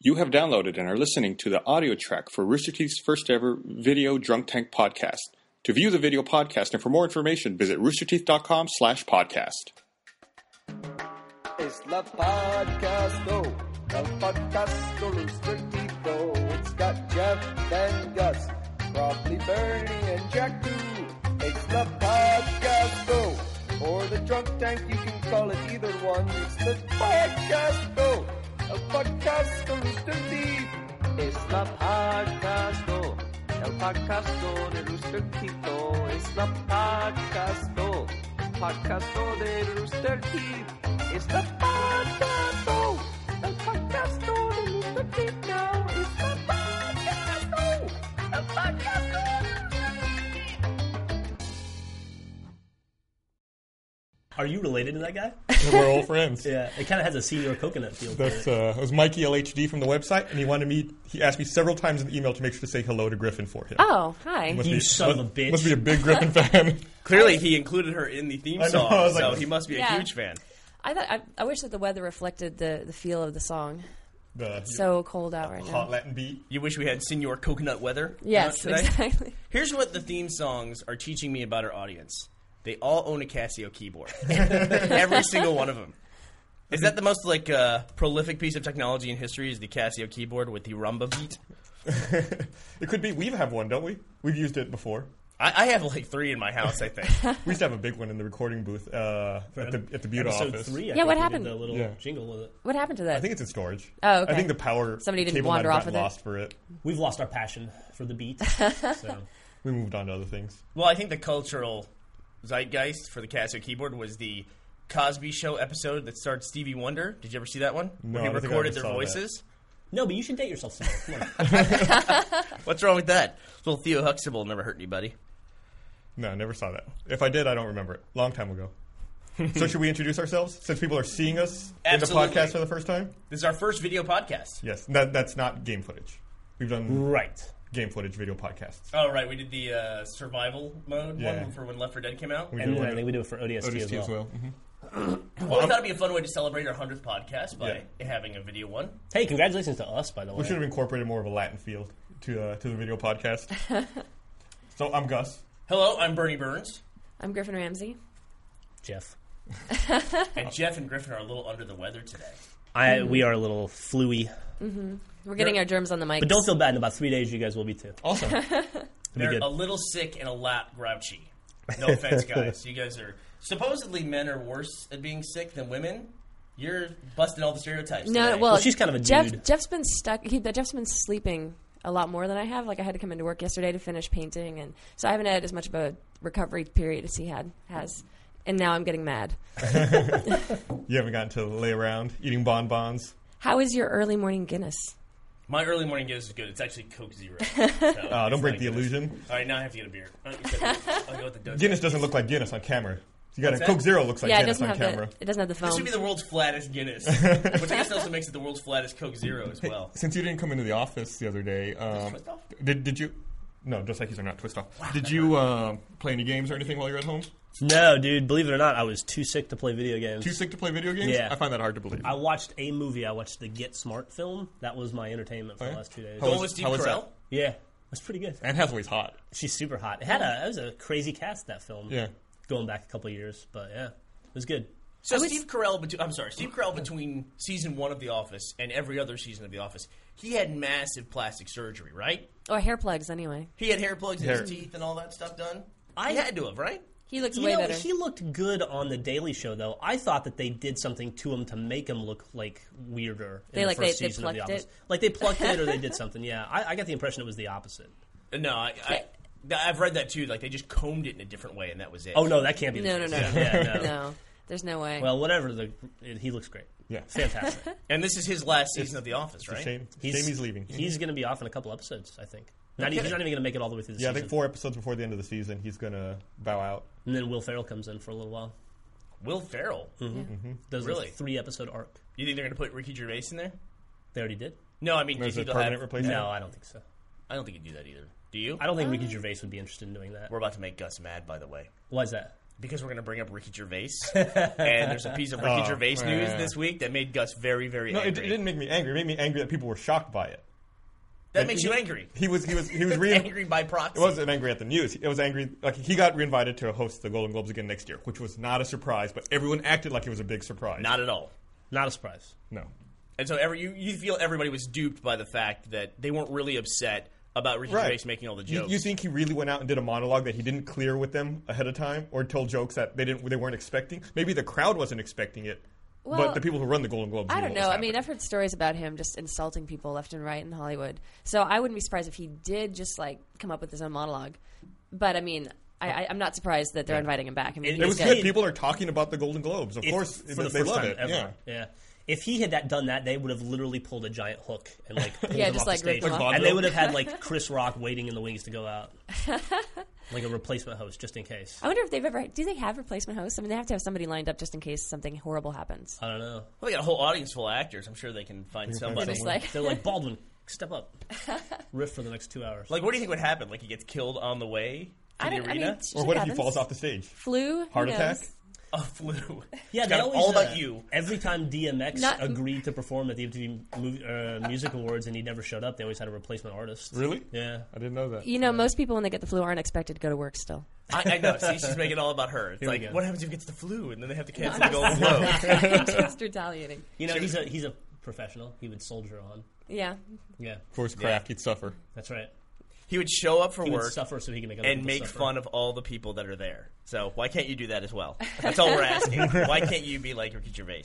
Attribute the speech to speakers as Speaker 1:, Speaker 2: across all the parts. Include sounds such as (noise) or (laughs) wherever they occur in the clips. Speaker 1: You have downloaded and are listening to the audio track for Rooster Teeth's first ever video Drunk Tank podcast. To view the video podcast and for more information, visit roosterteeth.com slash podcast.
Speaker 2: Es la podcasto, el podcasto Rooster Teeth-o. It's got Jeff and Gus, probably Bernie and Jack too. It's the podcasto, or the drunk tank, you can call it either one. It's the podcasto, el podcasto Rooster Teeth. Es la podcasto, el podcasto de Rooster Teeth-o. Es la podcasto, podcasto de Rooster Teeth. It's the podcasto, el podcasto de Rooster Teeth now. It's the podcasto, el podcasto de Rooster Teeth.
Speaker 3: Are you related to that
Speaker 4: (laughs)
Speaker 3: guy?
Speaker 5: We're old friends.
Speaker 3: Yeah, it kind of has a senior coconut feel. to
Speaker 5: That's,
Speaker 3: it.
Speaker 5: uh, it was Mikey LHD from the website, and he wanted me. He asked me several times in the email to make sure to say hello to Griffin for him.
Speaker 4: Oh, hi.
Speaker 5: Must
Speaker 3: You son of a bitch.
Speaker 5: Must be a big Griffin
Speaker 4: (laughs)
Speaker 5: fan. (laughs)
Speaker 6: Clearly, he included her in the theme
Speaker 5: I know,
Speaker 6: song,
Speaker 5: I was like-
Speaker 6: so he must be
Speaker 4: Yeah.
Speaker 6: a huge fan.
Speaker 4: I thought I, I wish that the weather reflected the, the feel of the song.
Speaker 5: The
Speaker 4: So cold out right
Speaker 5: hot
Speaker 4: now.
Speaker 5: Latin beat.
Speaker 6: You wish we had Senor Coconut Weather.
Speaker 4: Yes,
Speaker 6: out today?
Speaker 4: exactly.
Speaker 6: Here's what the theme songs are teaching me about our audience: they all own a
Speaker 4: (laughs)
Speaker 6: Casio keyboard, every single one of them. Is that the most like uh, prolific piece of technology in history? Is the Casio keyboard with the rumba beat?
Speaker 5: It could be. We have one, don't we? We've used it before.
Speaker 6: I, I have like three in my house. I think
Speaker 4: (laughs)
Speaker 5: We used to have a big one in the recording booth uh, at the at the Butte
Speaker 3: Episode
Speaker 5: office.
Speaker 3: three. I
Speaker 4: Yeah,
Speaker 3: think
Speaker 4: what
Speaker 3: we did
Speaker 4: happened?
Speaker 3: The little
Speaker 5: Yeah.
Speaker 3: jingle with it.
Speaker 4: What happened to
Speaker 5: I
Speaker 4: that?
Speaker 5: think it's in storage.
Speaker 4: Oh, okay.
Speaker 5: I think the power
Speaker 4: Somebody didn't
Speaker 5: cable might
Speaker 4: wander
Speaker 5: have
Speaker 4: off
Speaker 5: gotten
Speaker 4: with it.
Speaker 5: lost for it.
Speaker 3: We've lost our passion for the
Speaker 4: (laughs)
Speaker 3: beat. So.
Speaker 5: We moved on to other things.
Speaker 6: Well, I think the cultural zeitgeist for the Casio keyboard was the Cosby Show episode that starred Stevie Wonder. Did you ever see that one?
Speaker 5: No,
Speaker 6: Where he
Speaker 5: I don't think I
Speaker 6: recorded
Speaker 5: ever
Speaker 6: their
Speaker 5: saw that.
Speaker 6: voices.
Speaker 3: No, but you should date yourself. Some more. Come on.
Speaker 6: What's wrong with that? Little Theo Huxtable never hurt anybody.
Speaker 5: No, I never saw that. If I did, I don't remember it. Long time
Speaker 4: (laughs)
Speaker 5: ago. so should we introduce ourselves since people are seeing us in
Speaker 6: Absolutely.
Speaker 5: the podcast for the first time?
Speaker 6: This is our first video podcast.
Speaker 5: Yes, that, that's not game footage. We've (laughs) done
Speaker 3: right.
Speaker 5: game footage video podcasts.
Speaker 6: Oh right, we did the uh, survival mode
Speaker 5: Yeah.
Speaker 6: one for when Left 4 Dead came out.
Speaker 5: We
Speaker 3: And
Speaker 5: did
Speaker 3: then
Speaker 5: one
Speaker 3: I think we do it for ODST,
Speaker 5: ODST
Speaker 3: as well. Mm-hmm.
Speaker 5: Mhm.
Speaker 6: Well, I thought it'd be a fun way to celebrate our hundredth podcast by
Speaker 5: Yeah.
Speaker 6: having a video one.
Speaker 3: Hey, congratulations to us, by the way.
Speaker 5: We should have incorporated more of a Latin feel to uh, to the video
Speaker 4: (laughs)
Speaker 5: podcast. so I'm Gus.
Speaker 6: Hello, I'm Bernie Burns,
Speaker 4: I'm Griffin Ramsey.
Speaker 3: Jeff.
Speaker 5: Oh.
Speaker 6: and Jeff and Griffin are a little under the weather today.
Speaker 3: I, we are a little fluey,
Speaker 4: We're getting
Speaker 6: You're-
Speaker 4: our germs on the mic.
Speaker 3: but don't feel bad. In about three days, you guys will be too.
Speaker 5: Awesome.
Speaker 3: It'll be
Speaker 6: They're
Speaker 3: good.
Speaker 6: a little sick and a lot grouchy.
Speaker 5: (laughs)
Speaker 6: No offense, guys. You guys are supposedly men are worse at being sick than women. You're busting all the stereotypes.
Speaker 4: No,
Speaker 6: today.
Speaker 4: well,
Speaker 3: Well, she's kind of a
Speaker 4: Jeff.
Speaker 3: dude.
Speaker 4: Jeff's been stuck. He, Jeff's been sleeping a lot more than I have. Like I had to come into work yesterday to finish painting, and so I haven't had as much of a recovery period as he had has. And now I'm getting mad.
Speaker 5: you haven't gotten to lay around eating bonbons.
Speaker 4: How is your early morning Guinness?
Speaker 6: my early morning gives is good. It's actually
Speaker 4: (laughs)
Speaker 6: Coke Zero. So
Speaker 5: Uh,
Speaker 6: it's
Speaker 5: don't break the
Speaker 6: not good.
Speaker 5: illusion.
Speaker 6: All right, now I have to get a beer. All right, you said- I'll go with the Dos
Speaker 5: Guinness
Speaker 6: Equis.
Speaker 5: doesn't look like Guinness on camera. You got a
Speaker 6: that?
Speaker 5: Coke Zero looks like
Speaker 4: yeah, it
Speaker 5: Guinness
Speaker 4: doesn't
Speaker 5: on
Speaker 4: have
Speaker 5: camera.
Speaker 4: the it doesn't have the
Speaker 6: This
Speaker 4: foam.
Speaker 6: should be the world's flattest Guinness, which I guess also makes it the world's flattest Coke Zero as well.
Speaker 5: Since you didn't come into the office the other day, um,
Speaker 6: twist off?
Speaker 5: did did you? No, just like these are not twist off. Did you um play any games or anything while you were at home?
Speaker 3: No, dude, believe it or not, I was too sick to play video games.
Speaker 5: Too sick to play video games?
Speaker 3: Yeah.
Speaker 5: I find that hard to believe.
Speaker 3: I watched a movie. I watched the Get Smart film. That was my entertainment for
Speaker 5: Oh, yeah?
Speaker 3: the last two days.
Speaker 5: How
Speaker 6: What
Speaker 5: was-
Speaker 6: was Steve
Speaker 5: how was that?
Speaker 6: Carell?
Speaker 3: Yeah, it was pretty good.
Speaker 5: Anne Hathaway's hot.
Speaker 3: She's super hot. It had a it was a crazy cast that film.
Speaker 5: Yeah.
Speaker 3: going back a couple years, but yeah, it was good.
Speaker 6: So Steve Carell, bet- I'm sorry, Steve Carell between season one of The Office and every other season of The Office, he had massive plastic surgery, right?
Speaker 4: or Oh, hair plugs, anyway.
Speaker 6: He had hair plugs in
Speaker 5: Hair.
Speaker 6: his teeth and all that stuff done. I had to have, right?
Speaker 4: He looks
Speaker 3: You
Speaker 4: way
Speaker 3: know,
Speaker 4: better.
Speaker 3: he looked good on the Daily Show, though. I thought that they did something to him to make him look like weirder. In
Speaker 4: They,
Speaker 3: the
Speaker 4: like,
Speaker 3: first
Speaker 4: they- they
Speaker 3: season of The
Speaker 4: plucked
Speaker 3: Office.
Speaker 4: it.
Speaker 3: like they plucked it, or they
Speaker 4: (laughs)
Speaker 3: did something. Yeah, I, I got the impression it was the opposite.
Speaker 6: Uh, No, I, I, I've read that too. Like they just combed it in a different way, and that was it.
Speaker 3: Oh no, that can't be. The
Speaker 4: No, no,
Speaker 3: case.
Speaker 4: no,
Speaker 3: Yeah,
Speaker 4: no.
Speaker 3: yeah, no.
Speaker 4: (laughs) no, there's no way.
Speaker 3: Well, whatever. The he looks great.
Speaker 5: Yeah.
Speaker 3: fantastic.
Speaker 5: (laughs)
Speaker 6: And this is his last season of The Office, right?
Speaker 5: Shame. Jamie's leaving.
Speaker 3: He's going to be off in a couple episodes, I think. Not, he's not even going to make it all the way through the
Speaker 5: yeah, I
Speaker 3: season.
Speaker 5: think four episodes before the end of the season, he's gonna bow out.
Speaker 3: And then Will Ferrell comes in for a little while.
Speaker 6: Will Ferrell.
Speaker 3: Does
Speaker 6: Really?
Speaker 3: a three episode arc.
Speaker 6: You think they're going to put Ricky Gervais in there?
Speaker 3: They already did.
Speaker 6: No, I mean, do you
Speaker 5: As a
Speaker 6: think they'll
Speaker 5: permanent
Speaker 6: have-
Speaker 5: replacement.
Speaker 3: No, I don't think so.
Speaker 6: I don't think he'd do that either. Do you?
Speaker 4: Uh.
Speaker 3: I don't think Ricky Gervais would be interested in doing that.
Speaker 6: We're about to make Gus mad, by the way.
Speaker 3: Why is that?
Speaker 6: Because we're going to bring up Ricky (laughs) Gervais, and there's a piece of Ricky
Speaker 5: Oh,
Speaker 6: Gervais
Speaker 5: yeah,
Speaker 6: news
Speaker 5: yeah.
Speaker 6: this week that made Gus very, very
Speaker 5: No, it,
Speaker 6: angry.
Speaker 5: it didn't make me angry. It made me angry that people were shocked by it.
Speaker 6: that makes
Speaker 5: he-
Speaker 6: you angry.
Speaker 5: He was he was he (laughs) was re-
Speaker 6: angry by proxy.
Speaker 5: It wasn't angry at the news. It was angry like he got reinvited to host the Golden Globes again next year, which was not a surprise, but everyone acted like it was a big surprise.
Speaker 6: Not at all.
Speaker 3: Not a surprise.
Speaker 5: no.
Speaker 6: And so every you, you feel everybody was duped by the fact that they weren't really upset about Ricky
Speaker 5: Right.
Speaker 6: Gervais making all the
Speaker 5: You,
Speaker 6: jokes.
Speaker 5: you think he really went out and did a monologue that he didn't clear with them ahead of time, or told jokes that they didn't they weren't expecting? Maybe the crowd wasn't expecting it,
Speaker 4: Well,
Speaker 5: but the people who run the Golden Globes.
Speaker 4: I
Speaker 5: what
Speaker 4: don't
Speaker 5: was
Speaker 4: know. I mean,
Speaker 5: happening.
Speaker 4: I've heard stories about him just insulting people left and right in Hollywood. So I wouldn't be surprised if he did just like come up with his own monologue. But I mean, I, I, I'm not surprised that they're inviting him back. I mean,
Speaker 3: It-
Speaker 4: he's
Speaker 5: it was
Speaker 4: dead.
Speaker 5: good. People are talking about the Golden Globes. Of
Speaker 3: If-
Speaker 5: course,
Speaker 3: for the
Speaker 5: they
Speaker 3: first
Speaker 5: love
Speaker 3: time
Speaker 5: it.
Speaker 3: ever.
Speaker 5: Yeah.
Speaker 3: If he had that, done that, they would have literally pulled a giant hook and like pulled
Speaker 4: Yeah,
Speaker 3: him
Speaker 4: just,
Speaker 3: off
Speaker 4: like,
Speaker 3: the stage,
Speaker 4: ripped him Like
Speaker 5: off.
Speaker 3: and they would have had like Chris Rock waiting in the wings to go
Speaker 4: (laughs)
Speaker 3: out, like a replacement host just in case.
Speaker 4: I wonder if they've ever. Do they have replacement hosts? I mean, they have to have somebody lined up just in case something horrible happens.
Speaker 3: I don't know.
Speaker 6: well, they got a whole audience full of actors. I'm sure they can find somebody.
Speaker 4: Just
Speaker 6: like,
Speaker 4: like
Speaker 3: They're like Baldwin, step up, riff for the next two hours.
Speaker 6: what do you think would happen? Like (laughs) he gets killed on the way to
Speaker 4: I
Speaker 6: the
Speaker 4: don't. I
Speaker 6: arena?
Speaker 4: mean,
Speaker 5: Or
Speaker 4: shit
Speaker 5: what if he
Speaker 4: happens.
Speaker 5: falls off the stage?
Speaker 4: Flu, who
Speaker 5: Heart attack?
Speaker 4: knows?
Speaker 6: a flu.
Speaker 3: yeah,
Speaker 6: It's
Speaker 3: they
Speaker 6: got
Speaker 3: always
Speaker 6: all
Speaker 3: uh,
Speaker 6: about you.
Speaker 3: Every time DMX
Speaker 4: Not-
Speaker 3: agreed to perform at the MTV Movie- uh, Music Awards and he never showed up, they always had a replacement artist.
Speaker 5: Really?
Speaker 3: Yeah.
Speaker 5: I didn't know that.
Speaker 4: You know, most people when they get the flu aren't expected to go to
Speaker 5: (laughs)
Speaker 4: work still.
Speaker 6: I, I know. See, she's making it all about her. It's
Speaker 3: we
Speaker 6: like,
Speaker 3: go.
Speaker 6: what happens if he gets the flu and then they have to cancel the Golden
Speaker 4: (laughs)
Speaker 6: Globe?
Speaker 4: just retaliating.
Speaker 3: You know, he's a he's a professional. He would soldier on.
Speaker 4: Yeah.
Speaker 3: Yeah,
Speaker 5: Of course, craft he'd suffer.
Speaker 3: that's right.
Speaker 6: (laughs) He would show up for
Speaker 3: He would
Speaker 6: work
Speaker 3: suffer so he can make other
Speaker 6: and
Speaker 3: people
Speaker 6: make
Speaker 3: suffer.
Speaker 6: fun of all the people that are there. So why can't you do that as well? That's all
Speaker 3: (laughs)
Speaker 6: we're asking. why can't you be like Ricky Gervais?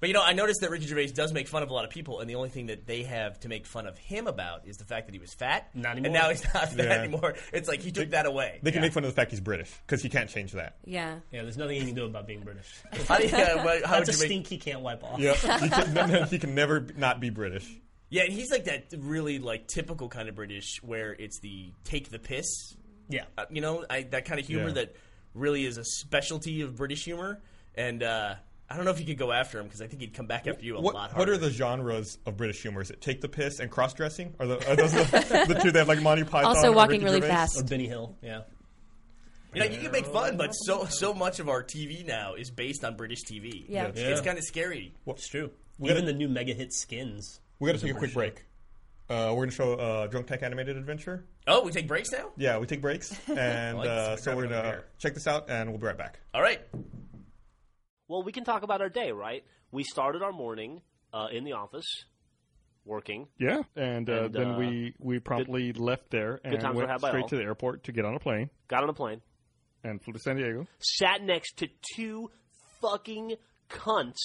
Speaker 6: But you know, I noticed that Ricky Gervais does make fun of a lot of people, and the only thing that they have to make fun of him about is the fact that he was fat.
Speaker 3: Not
Speaker 6: And
Speaker 3: anymore.
Speaker 6: now he's not fat
Speaker 5: Yeah.
Speaker 6: anymore. It's like he took that away.
Speaker 5: They can make fun of the fact he's British because he can't change
Speaker 4: (laughs)
Speaker 5: that.
Speaker 4: Yeah.
Speaker 3: Yeah, there's nothing he can do about being
Speaker 6: (laughs)
Speaker 3: British.
Speaker 6: How, do you- uh, what- how would
Speaker 3: That's a
Speaker 6: you
Speaker 3: stink
Speaker 6: make?
Speaker 3: he can't wipe off.
Speaker 5: Yeah, (laughs) he can, no, no, he can never b- not be British.
Speaker 6: Yeah, and he's like that really like typical kind of British where it's the take the piss
Speaker 3: Yeah.
Speaker 6: uh, you know, I, that kind of humor
Speaker 5: Yeah.
Speaker 6: that really is a specialty of British humor. And uh, I don't know if you could go after him because I think he'd come back after you a
Speaker 5: What,
Speaker 6: lot
Speaker 5: what
Speaker 6: harder.
Speaker 5: are the genres of British humor? Is it take the piss and cross dressing? Are, the, are those the, (laughs) the two that have like Monty Python?
Speaker 4: Also
Speaker 5: or
Speaker 4: walking
Speaker 5: Ricky
Speaker 4: really
Speaker 5: Gervais? Oh,
Speaker 3: Or
Speaker 4: fast.
Speaker 3: Benny Hill. Yeah.
Speaker 6: you know, you can make fun, but so so much of our TV now is based on British TV.
Speaker 4: Yeah.
Speaker 6: it's,
Speaker 3: Yeah.
Speaker 6: kind of scary.
Speaker 3: It's true.
Speaker 5: gotta-
Speaker 3: Even the new mega hit skins.
Speaker 5: We got to take a quick break. Uh, we're going to show uh, Drunk Tank Animated Adventure.
Speaker 6: Oh, we take breaks now.
Speaker 5: Yeah, we take
Speaker 6: (laughs)
Speaker 5: breaks, and
Speaker 6: like this.
Speaker 5: uh,
Speaker 6: We're
Speaker 5: so we're
Speaker 6: grabbing
Speaker 5: going
Speaker 6: another
Speaker 5: to
Speaker 6: beer.
Speaker 5: check this out, and we'll be right back.
Speaker 6: All right,
Speaker 7: Well, we can talk about our day, right? We started our morning uh, in the office, working.
Speaker 8: Yeah, and, uh,
Speaker 7: And,
Speaker 8: then
Speaker 7: uh,
Speaker 8: we we promptly left there and
Speaker 7: times were
Speaker 8: went
Speaker 7: had by
Speaker 8: straight
Speaker 7: all.
Speaker 8: to the airport to get on a plane
Speaker 7: Got on a plane,
Speaker 8: and flew to San Diego.
Speaker 7: sat next to two fucking cunts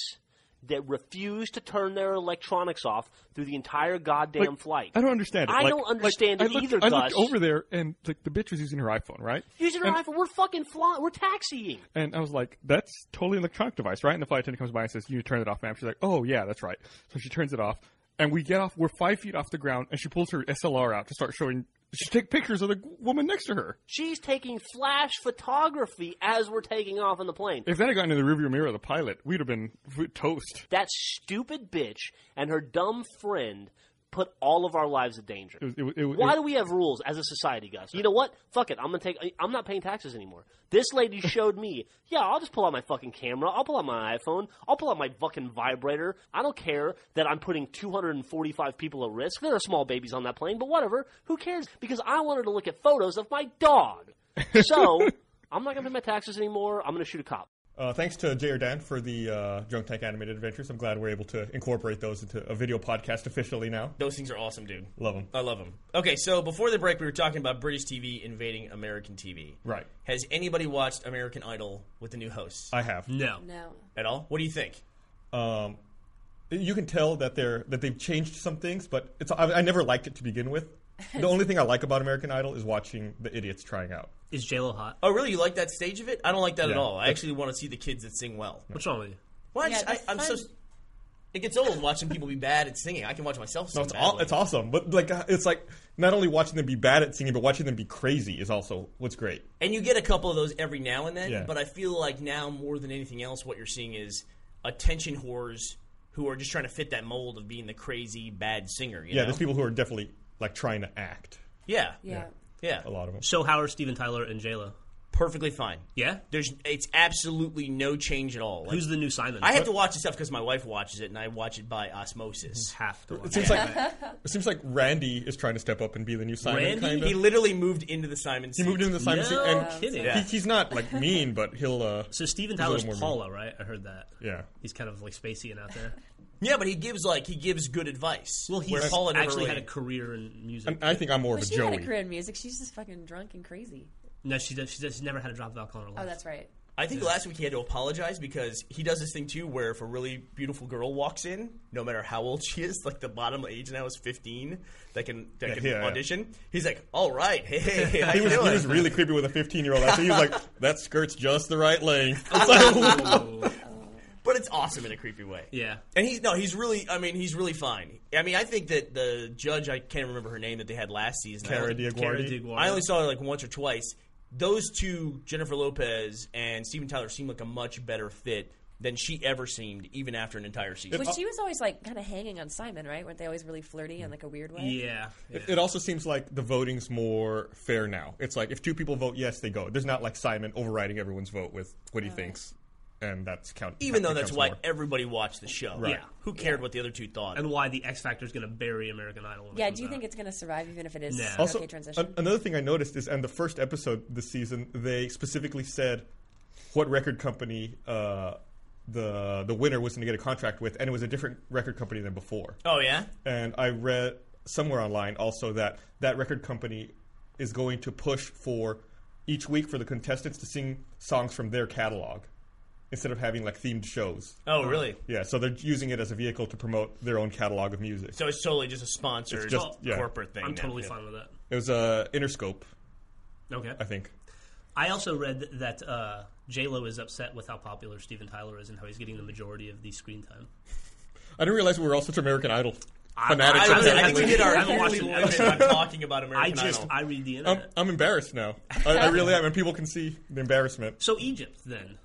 Speaker 7: that refused to turn their electronics off through the entire goddamn
Speaker 8: Like,
Speaker 7: flight.
Speaker 8: I don't understand it.
Speaker 7: I
Speaker 8: Like-
Speaker 7: don't understand
Speaker 8: like,
Speaker 7: it
Speaker 8: I looked,
Speaker 7: either,
Speaker 8: I looked
Speaker 7: Gus.
Speaker 8: over there and like the bitch was using her iPhone, right?
Speaker 7: Using our
Speaker 8: and,
Speaker 7: iPhone, we're fucking flying. We're taxiing.
Speaker 8: And I was like, "That's totally an electronic device, right?" And the flight attendant comes by and says, "You need to turn it off, ma'am." She's like, "Oh yeah, that's right." So she turns it off, and we get off. We're five feet off the ground, and she pulls her SLR out to start showing. She take pictures of the woman next to her.
Speaker 7: She's taking flash photography as we're taking off in the plane.
Speaker 8: If that had gotten in the rearview mirror of the pilot, we'd have been we'd toast.
Speaker 7: That stupid bitch and her dumb friend put all of our lives in danger.
Speaker 8: It was, it, was- it, was-
Speaker 7: Why do we have rules as a society, Gus? You know what? Fuck it. I'm gonna take. I'm not paying taxes anymore. This lady showed me. Yeah, I'll just pull out my fucking camera. I'll pull out my iPhone. I'll pull out my fucking vibrator. I don't care that I'm putting 245 people at risk. There are small babies on that plane, but whatever. Who cares? Because I wanted to look at photos of my dog. So I'm not gonna pay my taxes anymore. I'm gonna shoot a cop.
Speaker 5: Uh, thanks to Jay or Dan for the uh, Drunk Tank Animated Adventures. I'm glad we're able to incorporate those into a video podcast officially now.
Speaker 6: those things are awesome, dude.
Speaker 5: Love them.
Speaker 6: I love them. Okay, so before the break, we were talking about British TV invading American TV.
Speaker 5: Right.
Speaker 6: Has anybody watched American Idol with the new hosts
Speaker 5: I have.
Speaker 3: No.
Speaker 4: No.
Speaker 6: at all? What do you think?
Speaker 5: um, you can tell that they're that they've changed some things, but it's I, I never liked it to begin
Speaker 7: (laughs)
Speaker 5: with. The only thing I like about American Idol is watching the idiots trying out.
Speaker 3: Is JLo hot?
Speaker 6: Oh, really? You like that stage of it? I don't like that at
Speaker 5: Yeah.
Speaker 6: all. I actually want to see the kids that sing well.
Speaker 3: What's wrong with you?
Speaker 6: Well,
Speaker 4: Yeah,
Speaker 6: I just,
Speaker 4: that's
Speaker 6: I, I'm so.
Speaker 4: fun.
Speaker 6: It gets old watching people be bad at singing. I can watch myself sing.
Speaker 5: No, it's all,
Speaker 6: badly.
Speaker 5: it's awesome, but like uh, it's like not only watching them be bad at singing, but watching them be crazy is also what's great.
Speaker 6: and you get a couple of those every now and then.
Speaker 5: Yeah.
Speaker 6: But I feel like now more than anything else, what you're seeing is attention whores who are just trying to fit that mold of being the crazy bad singer. You
Speaker 5: Yeah,
Speaker 6: know?
Speaker 5: there's people who are definitely like trying to act.
Speaker 6: Yeah,
Speaker 4: Yeah.
Speaker 6: yeah.
Speaker 5: A lot of them.
Speaker 3: So how are Steven Tyler and JLo?
Speaker 6: perfectly fine.
Speaker 3: Yeah?
Speaker 6: There's it's absolutely no change at all. Like,
Speaker 3: Who's the new Simon?
Speaker 6: I have to watch this stuff because my wife watches it, and I watch it by osmosis.
Speaker 3: have to
Speaker 5: It
Speaker 3: watch.
Speaker 5: seems like it seems like Randy is trying to step up and be the new Simon.
Speaker 3: Randy?
Speaker 5: kind of.
Speaker 6: He literally moved into the Simon.
Speaker 5: He moved into the Simon suit,
Speaker 3: No
Speaker 5: and
Speaker 3: kidding.
Speaker 5: he, he's not like mean, but he'll. Uh,
Speaker 3: So Steven
Speaker 5: a
Speaker 3: Tyler's
Speaker 5: little more
Speaker 3: Paula, right? I heard that.
Speaker 5: yeah,
Speaker 3: He's kind of like spacey and out there. (laughs)
Speaker 6: Yeah, but he gives like he gives good advice.
Speaker 3: Well, he's
Speaker 6: where Paula never
Speaker 3: actually
Speaker 6: really-
Speaker 3: had a career in music.
Speaker 5: and I think I'm more of
Speaker 4: But
Speaker 5: a
Speaker 4: she
Speaker 5: Joey.
Speaker 4: had a career in music. She's just fucking drunk and crazy.
Speaker 3: no, she does, she does. She's never had a drop of alcohol in her life.
Speaker 4: Oh, that's right.
Speaker 6: I think last week he had to apologize because he does this thing too, where if a really beautiful girl walks in, no matter how old she is, like the bottom age now is fifteen, that can that can
Speaker 5: yeah, yeah.
Speaker 6: audition. He's like, all right, hey, (laughs) how
Speaker 5: He
Speaker 6: you
Speaker 5: was, he
Speaker 6: doing?"
Speaker 5: was really creepy with a 15 year old. So he was like, "That skirt's just the right length."
Speaker 3: (laughs)
Speaker 5: It's like,
Speaker 6: but it's awesome in a creepy way.
Speaker 3: Yeah.
Speaker 6: And he's no, he's really. I mean, he's really fine. I mean, I think that the judge, I can't remember her name, that they had last season. I
Speaker 5: Cara
Speaker 6: only-
Speaker 5: Diaguardi.
Speaker 3: Cara Diaguardi.
Speaker 6: I only saw her like once or twice. Those two, Jennifer Lopez and Steven Tyler, seemed like a much better fit than she ever seemed, even after an entire season.
Speaker 4: But she was always like kind of hanging on Simon, right? Weren't they always really flirty in like a weird way?
Speaker 3: Yeah. yeah.
Speaker 5: It also seems like the voting's more fair now. It's like if two people vote yes, they go. There's not like Simon overriding everyone's vote with what he thinks, and that's count.
Speaker 6: even though
Speaker 5: that
Speaker 6: that's
Speaker 5: counts
Speaker 6: why
Speaker 5: more.
Speaker 6: everybody watched the show.
Speaker 5: Right.
Speaker 3: Yeah.
Speaker 6: Who cared what the other two thought?
Speaker 3: And why the X Factor is going to bury American Idol? when it
Speaker 4: Yeah.
Speaker 3: comes
Speaker 4: Do you
Speaker 3: out.
Speaker 4: think it's gonna survive even if it is
Speaker 3: Nah.
Speaker 4: an
Speaker 5: Also, uh,
Speaker 4: okay transition?
Speaker 5: an- another thing I noticed is, in the first episode this season, they specifically said what record company uh, the the winner was going to get a contract with, and it was a different record company than before.
Speaker 6: oh yeah,
Speaker 5: And I read somewhere online also that that record company is going to push for each week for the contestants to sing songs from their catalog instead of having like themed shows.
Speaker 6: oh really?
Speaker 5: Yeah, so they're using it as a vehicle to promote their own catalog of music.
Speaker 6: So it's totally just a sponsored
Speaker 5: It's just- yeah.
Speaker 6: corporate thing.
Speaker 3: I'm
Speaker 6: now.
Speaker 3: totally
Speaker 6: Yeah.
Speaker 3: fine with that.
Speaker 5: it was uh, Interscope,
Speaker 3: Okay.
Speaker 5: I think.
Speaker 3: I also read that uh, J Lo is upset with how popular Steven Tyler is and how he's getting the majority of the screen time.
Speaker 5: I didn't realize we were all such American Idol
Speaker 6: I,
Speaker 5: fanatics.
Speaker 6: was-
Speaker 5: I'm-
Speaker 6: I think we did our
Speaker 3: I haven't watched
Speaker 6: really
Speaker 3: it.
Speaker 6: limited on talking about
Speaker 3: I
Speaker 6: American
Speaker 3: just
Speaker 6: Idol.
Speaker 3: I read the
Speaker 5: I'm,
Speaker 3: internet.
Speaker 5: I'm embarrassed now. I, I really am, and people can see the embarrassment.
Speaker 6: (laughs)
Speaker 3: so Egypt then.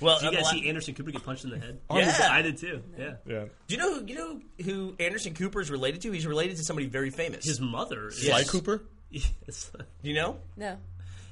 Speaker 6: well,
Speaker 3: Did you guys
Speaker 6: I'm-
Speaker 3: see Anderson Cooper get punched in the head?
Speaker 6: Yeah.
Speaker 3: I did too. Yeah.
Speaker 5: Yeah,
Speaker 6: Do you know who, you know who Anderson Cooper is related to? He's related to somebody very famous.
Speaker 3: His mother is
Speaker 5: Sly Cooper.
Speaker 3: (laughs) Yes.
Speaker 6: Do you know?
Speaker 4: no.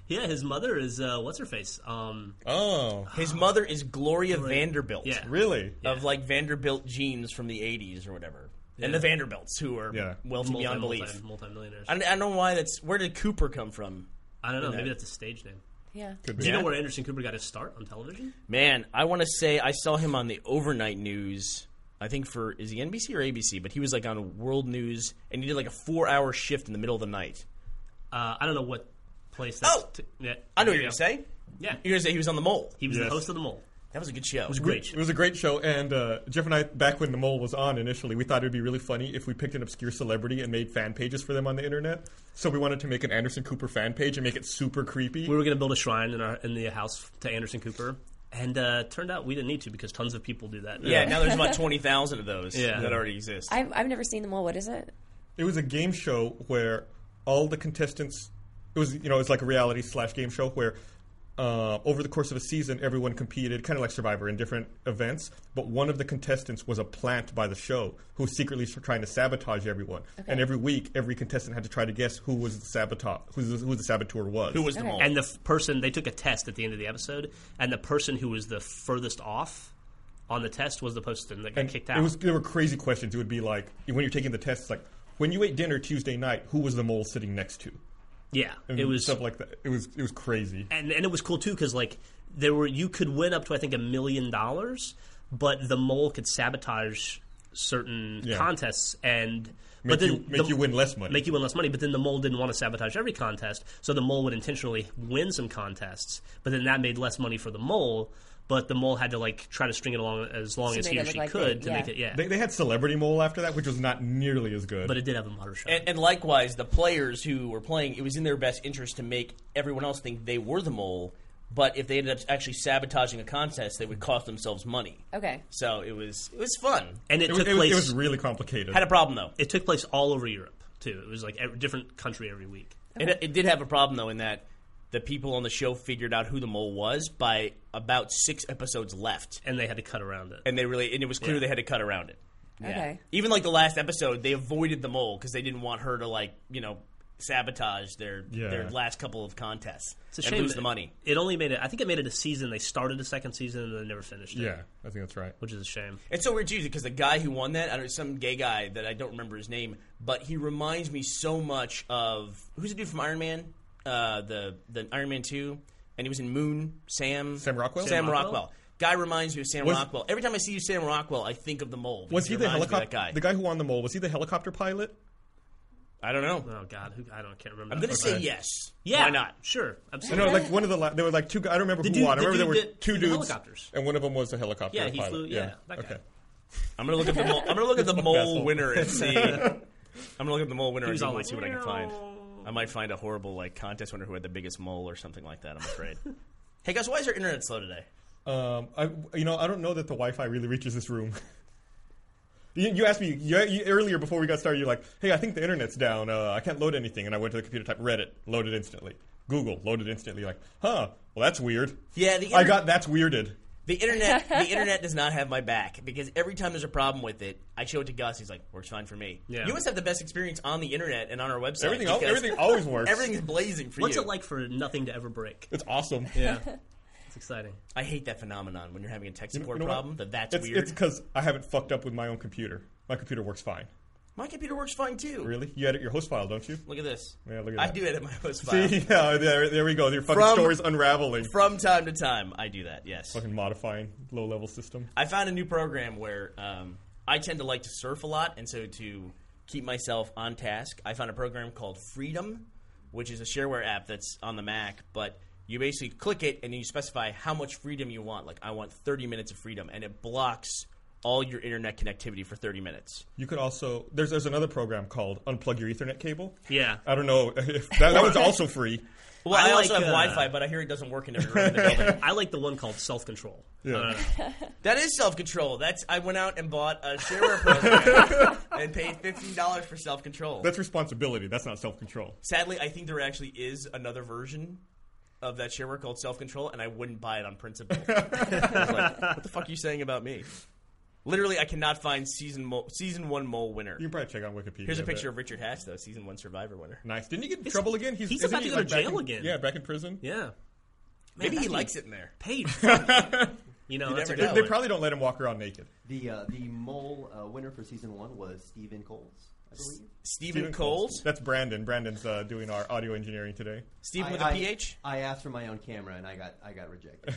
Speaker 3: Yeah, his mother is uh, what's her face? Um,
Speaker 5: Oh,
Speaker 6: His mother is Gloria, Vanderbilt.
Speaker 3: yeah.
Speaker 5: really?
Speaker 6: Of like Vanderbilt genes from the 80s or whatever. And the Vanderbilts, who are
Speaker 5: Yeah.
Speaker 6: wealthy
Speaker 3: Multi,
Speaker 6: beyond
Speaker 3: multi,
Speaker 6: belief.
Speaker 3: multi-millionaires.
Speaker 6: I don't, I don't know why that's. Where did Cooper come from?
Speaker 3: I don't know. Maybe that's a stage name.
Speaker 4: Yeah.
Speaker 5: Could
Speaker 3: Do
Speaker 5: be.
Speaker 3: you know
Speaker 6: Yeah.
Speaker 3: where Anderson Cooper got his start on television?
Speaker 6: Man, I want to say I saw him on the overnight news. I think for is he NBC or ABC? But he was like on World News, and he did like a four-hour shift in the middle of the night.
Speaker 3: Uh, I don't know what place. That's
Speaker 6: Oh!
Speaker 3: t- yeah,
Speaker 6: I know
Speaker 3: there you
Speaker 6: what you're
Speaker 3: go.
Speaker 6: gonna say.
Speaker 3: Yeah,
Speaker 6: You're gonna say he was on the Mole.
Speaker 3: he was the
Speaker 5: Yes.
Speaker 3: host of the Mole.
Speaker 6: That was a good show. It was
Speaker 3: Great.
Speaker 5: It was a great show, and uh, Jeff and I, back when the mole was on initially, we thought it would be really funny if we picked an obscure celebrity and made fan pages for them on the internet. So we wanted to make an Anderson Cooper fan page and make it super creepy.
Speaker 3: we were going to build a shrine in our in the house to Anderson Cooper, and uh, turned out we didn't need to because tons of people do that. now.
Speaker 6: Yeah, now
Speaker 3: (laughs)
Speaker 6: there's about twenty thousand of those
Speaker 3: Yeah.
Speaker 6: that already exist.
Speaker 4: I've I've never seen them all. What is it?
Speaker 5: It was a game show where all the contestants. It was you know it was like a reality slash game show where. Uh, over the course of a season, everyone competed, kind of like Survivor, in different events. But one of the contestants was a plant by the show who was secretly s- trying to sabotage everyone. And every week, every contestant had to try to guess who was the saboteur, who the, who the saboteur was.
Speaker 6: Who was the Mole?
Speaker 3: And the f- person they took a test at the end of the episode, and the person who was the furthest off on the test was the person that got
Speaker 5: And
Speaker 3: kicked out.
Speaker 5: It was there were crazy questions. It would be like when you're taking the test, it's like when you ate dinner Tuesday night, who was the mole sitting next to?
Speaker 3: yeah,
Speaker 5: And
Speaker 3: it was
Speaker 5: stuff like that. It was it was crazy.
Speaker 3: and and it was cool too because like there were you could win up to I think a million dollars, but the mole could sabotage certain
Speaker 5: Yeah.
Speaker 3: contests and
Speaker 5: Make
Speaker 3: but then
Speaker 5: you make
Speaker 3: the-
Speaker 5: you win less money.
Speaker 3: Make you win less money, but then the mole didn't want to sabotage every contest, so the mole would intentionally win some contests, but then that made less money for the mole. But the mole had to like try to string it along as long as
Speaker 4: make
Speaker 3: he or
Speaker 4: it look
Speaker 3: she
Speaker 4: like
Speaker 3: could
Speaker 4: it,
Speaker 3: to
Speaker 4: yeah.
Speaker 3: make it yeah.
Speaker 5: they, they had celebrity mole after that, which was not nearly as good.
Speaker 3: but it did have a moderate shot.
Speaker 6: And, and likewise, the players who were playing, it was in their best interest to make everyone else think they were the mole. But if they ended up actually sabotaging a contest, they would cost themselves money.
Speaker 4: Okay.
Speaker 6: So it was it was fun.
Speaker 3: and it,
Speaker 5: it, was,
Speaker 3: took
Speaker 5: it, was,
Speaker 3: place
Speaker 5: it was really complicated.
Speaker 6: Had a problem though.
Speaker 3: it took place all over Europe too. It was like a different country every week.
Speaker 6: It, it did have a problem though in that the people on the show figured out who the mole was by about six episodes left,
Speaker 3: And they had to cut around it.
Speaker 6: and they really and it was clear they had to cut around it.
Speaker 4: Okay.
Speaker 6: Even like the last episode, they avoided the mole because they didn't want her to like you know sabotage their
Speaker 5: Yeah.
Speaker 6: their last couple of contests
Speaker 3: It's a
Speaker 6: and
Speaker 3: shame.
Speaker 6: lose the money.
Speaker 3: It only made it. I think it made it a season. They started a second season and then never finished it.
Speaker 5: Yeah, I think that's right.
Speaker 3: which is a shame.
Speaker 6: It's so weird too because the guy who won that, I don't, some gay guy that I don't remember his name, but he reminds me so much of who's the dude from Iron Man, uh, the the Iron Man two, and he was in Moon. Sam
Speaker 5: Sam Rockwell?
Speaker 6: Sam,
Speaker 5: Sam
Speaker 6: Rockwell.
Speaker 3: Rockwell?
Speaker 6: Guy reminds me of Sam
Speaker 5: Was-
Speaker 6: Rockwell. Every time I see you, Sam Rockwell, I think of the mole. because
Speaker 5: Was he the
Speaker 6: reminds me of
Speaker 5: helicopter
Speaker 6: that guy?
Speaker 5: The guy who won the mole was he the helicopter pilot?
Speaker 6: I don't know.
Speaker 3: Oh God, who, I don't can't remember.
Speaker 6: I'm
Speaker 3: that
Speaker 6: gonna
Speaker 3: person.
Speaker 6: say yes.
Speaker 3: yeah.
Speaker 6: Why not?
Speaker 3: Sure,
Speaker 5: I know,
Speaker 3: absolutely.
Speaker 5: like one of the la- there were like two. gu- I don't remember who
Speaker 3: dude-
Speaker 5: won. I
Speaker 3: the
Speaker 5: remember there
Speaker 3: dude
Speaker 5: were
Speaker 3: that
Speaker 5: two
Speaker 3: flew the
Speaker 5: dudes,
Speaker 3: helicopters.
Speaker 5: and one of them was the helicopter.
Speaker 3: Yeah, he
Speaker 5: pilot.
Speaker 3: flew- yeah, that guy.
Speaker 5: okay.
Speaker 6: I'm gonna look at the mole. I'm gonna look at the mole
Speaker 5: Bethel.
Speaker 6: winner and see.
Speaker 5: (laughs)
Speaker 6: I'm gonna look at the mole winner and
Speaker 3: was all
Speaker 6: Google
Speaker 3: like,
Speaker 6: and see what I can find.
Speaker 3: "Meow."
Speaker 6: I might find a horrible like contest winner who had the biggest mole or something like that. I'm afraid.
Speaker 3: (laughs)
Speaker 6: hey guys, why is your internet slow today?
Speaker 5: Um, I, you know, I don't know that the Wi-Fi really reaches this room. (laughs) you, you asked me you, you, earlier before we got started. You're like, "Hey, I think the internet's down. Uh, I can't load anything." And I went to the computer, type Reddit, loaded instantly. Google, loaded instantly. Like, huh? Well, that's weird.
Speaker 6: Yeah, the inter-
Speaker 5: I got that's weirded.
Speaker 6: the internet.
Speaker 3: (laughs)
Speaker 6: The internet does not have my back because every time there's a problem with it, I show it to Gus. He's like, "Works fine for me."
Speaker 3: Yeah.
Speaker 6: You must have the best experience on the internet and on our website.
Speaker 5: Everything, al-
Speaker 6: because
Speaker 5: everything always works.
Speaker 6: everything's blazing for
Speaker 3: What's
Speaker 6: you.
Speaker 3: it like for nothing to ever break?
Speaker 5: It's awesome.
Speaker 3: Yeah, it's exciting.
Speaker 6: I hate that phenomenon when you're having a tech
Speaker 5: You know-
Speaker 6: support
Speaker 5: you know what?
Speaker 6: problem. That that's
Speaker 5: it's,
Speaker 6: weird.
Speaker 5: It's because I haven't fucked up with my own computer. My computer works fine.
Speaker 6: my computer works fine too.
Speaker 5: Really? You edit your host file, don't
Speaker 3: (laughs)
Speaker 5: you?
Speaker 6: Look at this.
Speaker 5: Yeah, look at
Speaker 6: I
Speaker 5: that.
Speaker 6: do edit my host file.
Speaker 5: See, (laughs) yeah, there, there we go. Your fucking
Speaker 6: From-
Speaker 5: story's unraveling.
Speaker 6: From time to time, I do that. Yes,
Speaker 5: fucking modifying low-level system.
Speaker 6: I found a new program where um, I tend to like to surf a lot, and so to keep myself on task, I found a program called Freedom, which is a shareware app that's on the Mac, but you basically click it and you specify how much freedom you want. Like, I want 30 minutes of freedom, and it blocks all your internet connectivity for 30 minutes.
Speaker 5: You could also there's there's another program called Unplug Your Ethernet Cable.
Speaker 3: Yeah.
Speaker 5: I don't know (laughs) if
Speaker 3: (laughs)
Speaker 5: that, that one's also free.
Speaker 6: Well,
Speaker 3: I
Speaker 6: I, also
Speaker 3: like,
Speaker 6: have
Speaker 3: uh,
Speaker 6: Wi-Fi, but I hear it doesn't work in every room in the building.
Speaker 3: (laughs) I like the one called Uh, self control.
Speaker 6: That is self control. That's I went out and bought a shareware program
Speaker 3: (laughs)
Speaker 6: and paid fifteen dollars for self control.
Speaker 5: That's responsibility. That's not self control.
Speaker 6: Sadly, I think there actually is another version of that shareware called self control, and I wouldn't buy it on principle.
Speaker 5: (laughs)
Speaker 6: I was like, what the fuck are you saying about me? Literally, I cannot find season mo- season one mole winner.
Speaker 5: You can probably check out Wikipedia.
Speaker 6: Here's a
Speaker 5: but-
Speaker 6: picture of Richard Hatch, though, season one survivor winner.
Speaker 5: Nice. Didn't he get in trouble again?
Speaker 3: he's
Speaker 5: isn't
Speaker 3: about
Speaker 5: he,
Speaker 3: to go to
Speaker 5: back
Speaker 3: jail
Speaker 5: in-
Speaker 3: again.
Speaker 5: Yeah, back in prison.
Speaker 3: Yeah, Man,
Speaker 6: Maybe he
Speaker 3: that'd be
Speaker 6: likes it in there.
Speaker 5: (laughs)
Speaker 3: Paid. you know, that's a
Speaker 6: never
Speaker 3: good
Speaker 6: know.
Speaker 5: They
Speaker 3: one.
Speaker 5: probably don't let him walk around naked.
Speaker 9: The uh, the mole uh, winner for season one was Stephen Coles, I believe.
Speaker 6: Stephen,
Speaker 5: Stephen
Speaker 6: Coles,
Speaker 5: That's Brandon. Brandon's uh, doing our audio engineering today.
Speaker 6: Stephen
Speaker 9: I-
Speaker 6: with a
Speaker 9: I-
Speaker 6: PH,
Speaker 9: I asked for my own camera and I got I
Speaker 5: (laughs)
Speaker 9: got rejected.